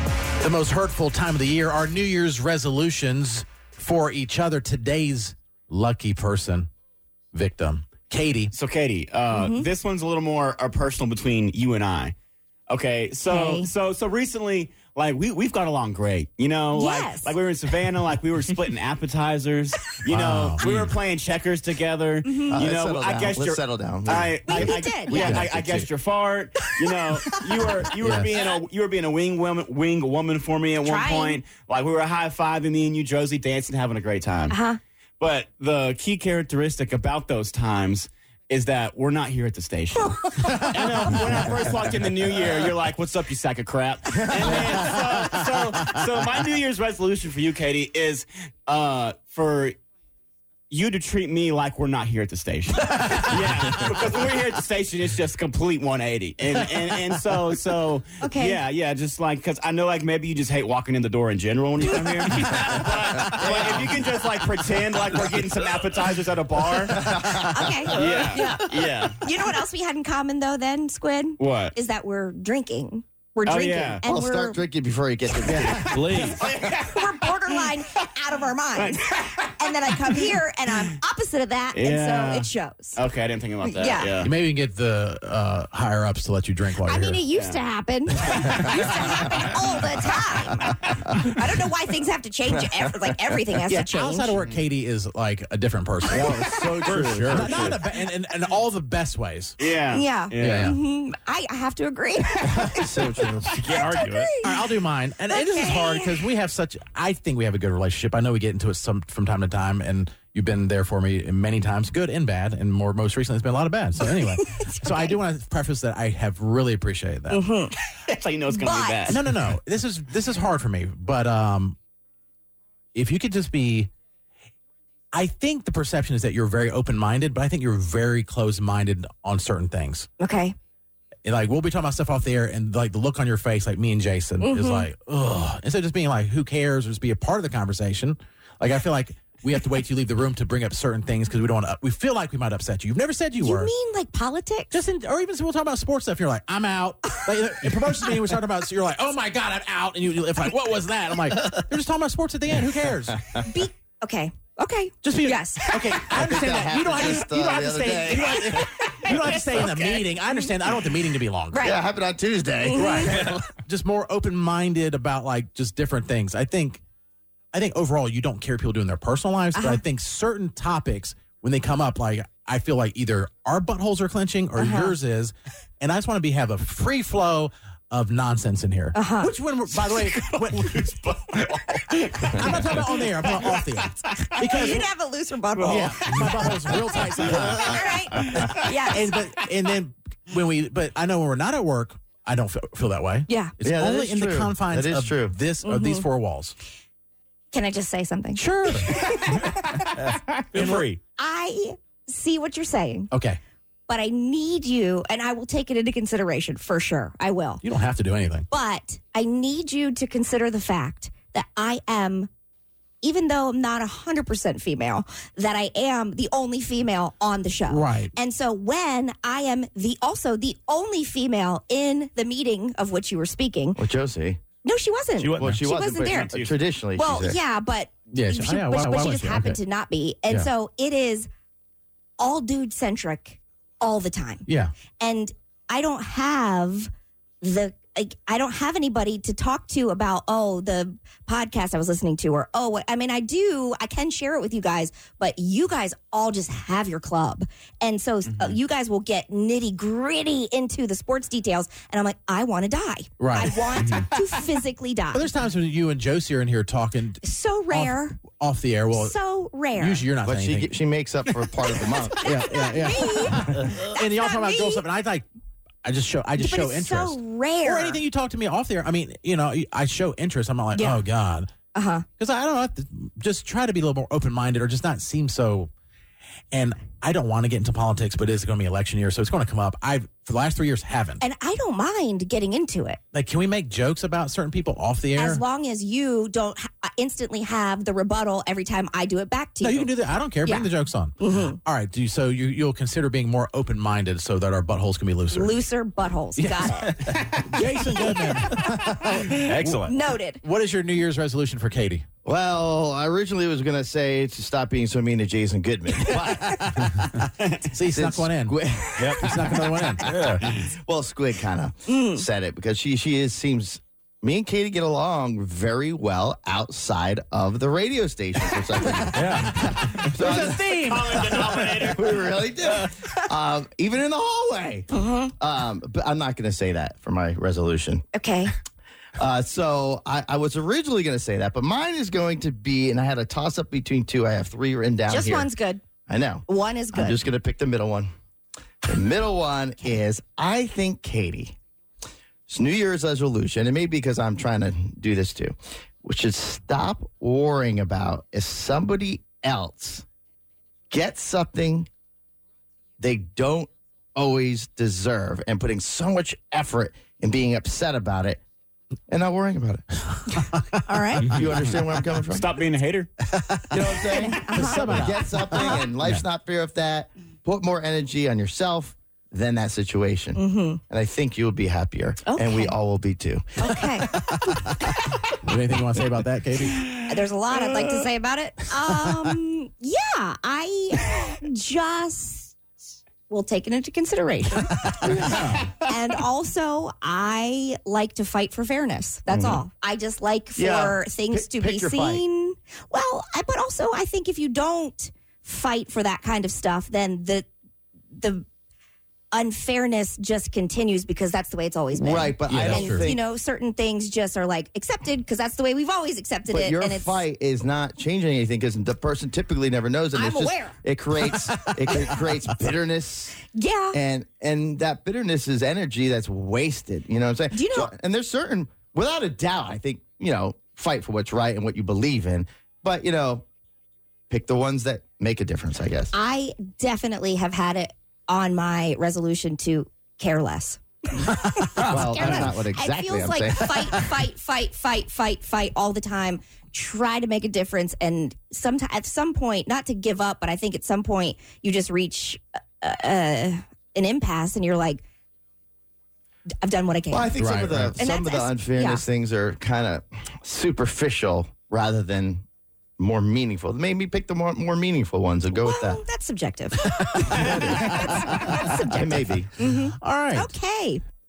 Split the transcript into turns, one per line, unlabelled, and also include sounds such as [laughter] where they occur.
The most hurtful time of the year are New Year's resolutions for each other. Today's lucky person, victim, Katie.
So, Katie, uh,
Mm-hmm.
this one's a little more uh, personal between you and I. Okay, so
Okay.
so so recently, like we we've got along great, you know. Like
Yes.
like we were in Savannah, like we were
[laughs]
splitting appetizers. You
Wow.
know, we were playing checkers together.
Mm-hmm.
You
Mm. Uh, let's
know,
settle
I
down.
guess
let's
you're.
settle down. [laughs]
I, I,
we
I,
did,
yeah,
yeah.
I, I guessed your fart. You know, you were you were
Yes.
being a you were being a wing woman wing woman for me at one
Trying.
point. Like we were high fiving me and you, Josie, dancing, having a great time.
Uh-huh.
But the key characteristic about those times is that we're not here at the station. and uh, when I first walk in the new year, you're like, "What's up, you sack of crap?" And then, so, so, so my New Year's resolution for you, Katie, is uh, for you to treat me like we're not here at the station. [laughs] yeah, because when we're here at the station, it's just complete 180. And and, and so so
Okay.
yeah yeah, just like because I know like maybe you just hate walking in the door in general when you come here. [laughs] but, but if you can just like pretend like we're getting some appetizers at a bar.
Okay.
Yeah, yeah.
You know what else we had in common though? Then Squid
What?
is that we're drinking. We're
Oh,
drinking,
yeah.
and
well,
we're,
start drinking before you get to the
Please.
we're borderline out of our minds. and then I come here, and I'm opposite of that,
Yeah.
and so it shows.
Okay, I didn't think about that.
Yeah.
yeah.
You maybe can get the uh, higher ups to let you drink while you're
I mean,
here.
it used to [laughs] happen. it used to happen all the time. I don't know why things have to change. Ev- like everything has
yeah,
to change.
outside of work, Katie is like a different person. [laughs]
so true.
Not- not in a ba- in- in- in all the best ways.
Yeah.
Yeah.
Yeah.
Mhm. I, I have to agree.
[laughs] so true.
You can't argue it.
All right, I'll do mine. And it is
Okay.
hard because we have such. I think we have a good relationship. I know we get into it some from time to time, and you've been there for me many times, good and bad, and more most recently it's been a lot of bad. So anyway, so I do want to preface that I have really appreciated that.
That's how you know [laughs] it's gonna
But-
be bad.
No, no, no. This is this is hard for me, but um, if you could just be. I think the perception is that you're very open minded, but I think you're very close minded on certain things.
[laughs] okay.
And, like we'll be talking about stuff off the air, and like the look on your face, like me and Jason, is
Mm-hmm.
like, ugh. Instead of just being like, who cares, or just be a part of the conversation. Like I feel like we have to wait till you leave the room to bring up certain things because we don't. Wanna, we feel like we might upset you. You've never said you,
You
were.
mean like politics?
just in, or even we'll talk about sports stuff. You're like, I'm out. Like, uh, in promotion meeting, we're talking about. So you're like, oh my god, I'm out. And you, you- it's like, what was that? I'm like, they're just talking about sports at the end. Who cares?
Be- okay. Okay.
Just be
Yes. [laughs]
Okay, I understand
that
that. You don't have to.
happened just,
You don't
uh,
have to
the other
stay.
day.
You don't have to- you don't have to stay
[laughs]
in the meeting. I understand. I don't want the meeting to be longer.
Right.
Yeah, it happened on Tuesday.
right [laughs] just more open-minded about like just different things i think i think overall you don't care what people do in their personal lives but i think certain topics when they come up like i feel like either our buttholes are clenching or yours is and i just want to be have a free flow of nonsense in here uh-huh. which when we're- by the way when, i'm not talking about on the air i'm talking about off the air because
You'd have a looser butthole.
yeah, my butthole's real tight sometimes
All right.
[laughs]
Yes.
and but and then when we but I know when we're not at work, I don't feel, feel that way.
Yeah.
it's
Yeah, that
only
is
in the
true.
confines
That is
of
true.
this of
Mm-hmm.
these four walls.
Can I just say something?
Sure.
Feel free.
I see what you're saying,
okay,
but I need you, and I will take it into consideration for sure. I will.
you don't have to do anything.
But I need you to consider the fact that I am, even though I'm not 100% female, that I am the only female on the show.
Right.
And so when I am the also the only female in the meeting of which you were speaking,
Well, Josie.
no, she wasn't.
She wasn't.
Well, she,
She wasn't
but
there.
t- Traditionally,
Well,
she's there.
yeah, but
Yeah, she-
she,
oh, yeah,
but,
why-
but
why
she
was
just
she?
happened
Okay.
to not be, and
Yeah.
so it is all dude centric all the time,
Yeah,
and I don't have the. Like, I don't have anybody to talk to about oh the podcast I was listening to or oh what- I mean I do I can share it with you guys but you guys all just have your club and so uh,
Mm-hmm.
you guys will get nitty gritty into the sports details and I'm like I want to die
Right.
I want
Mm-hmm.
to physically die
but there's times when you and Josie are in here talking
so rare
off, off the air. Well,
so rare.
usually you're not
But
saying
she
anything.
she makes up for part of the [laughs] month.
yeah, yeah, yeah.
[laughs]
[laughs] and y'all
not
talking about
me.
girl stuff, and I like, I just show, I just
but
show
it's
interest.
so rare.
or anything you talk to me off the air. I mean, you know, I show interest. I'm not like,
Yeah.
oh god,
uh huh.
because I don't know, I have to just try to be a little more open minded or just not seem so. And I don't want to get into politics, but it's going to be election year, so it's going to come up. I, for the last three years haven't.
And I don't mind getting into it
Like, can we make jokes about certain people off the air?
as long as you don't ha- uh, instantly have the rebuttal every time I do it back to
no,
you.
you can do that. I don't care. Bring
Yeah. Mm-hmm.
the jokes on. All right. Do you, so you you'll consider being more open minded so that our buttholes can be looser.
Looser buttholes. Got it.
[laughs] Jason
[laughs]
Goodman,
Excellent.
[laughs]
Noted.
what is your New Year's resolution for Katie?
Well, I originally was going to say to stop being so mean to Jason [laughs] Goodman.
See, he snuck
Since
one in.
Squid-
Yep.
He snuck another one in.
well, Squid [laughs] kind of said it because she she is seems. Me and Katie get along very well outside of the radio station for some [laughs] reason.
Yeah.
[laughs] So I-
theme.
[laughs] we really do. Um, even in the hallway.
Uh-huh.
Um, but I'm not going to say that for my resolution.
Okay.
Uh, so I, I was originally going to say that, but mine is going to be, and I had a toss up between two. I have three written down
Just
here.
one's good.
I know.
One is good.
I'm just going to pick the middle one. The middle one is I think Katie. It's New Year's resolution, and maybe because I'm trying to do this too, which is stop worrying about if somebody else gets something they don't always deserve and putting so much effort and being upset about it and not worrying about it.
All right.
[laughs] You understand where I'm coming from?
Stop being a hater.
You know what I'm saying? If somebody gets something and life's not fair of that, put more energy on yourself than that situation.
Mm. Mm-hmm.
And I think you'll be happier. And we
Okay.
all will be too.
Okay.
Anything you want to say about that, Katie?
There's a lot I'd like
Uh.
to say about it.
[laughs]
Um, yeah, I just will take it into
[laughs]
consideration. and also, I like to fight for fairness. That's all. I just like for
Mm-hmm. Yeah.
things
Pick-
to be
pick your fight.
seen. Well, I, but also, I think if you don't fight for that kind of stuff, then the the unfairness just continues because that's the way it's always been.
Right. But I
that's
don't
true.
think.
You know, certain things just are like accepted because that's the way we've always accepted
but
it.
your
and it's
fight is not changing anything because the person typically never knows, and
I'm
it's just
aware.
it
[laughs]
creates it cre- creates bitterness,
yeah.
and and that bitterness is energy that's wasted. You know what I'm saying?
Do you know-
and there's certain, without a doubt, I think you know, fight for what's right and what you believe in, but you know, pick the ones that make a difference. I guess.
I definitely have had it on my resolution to care less.
Well,
Care
that's
less.
not what
it
exactly
feels
I'm
like [laughs]
saying. [laughs]
fight, fight, fight, fight, fight, fight all the time. Try to make a difference, and sometimes at some point, not to give up, but I think at some point you just reach uh, uh, an impasse, and you're like, "I've done what I can."
Well, I think some
Right,
of the
right.
And
some of
that's-
the unfairness things are kind of superficial rather than more meaningful. Maybe pick the more, more meaningful ones and go with that. [laughs]
well, that's subjective. that's, that's subjective.
Maybe.
All right.
Okay.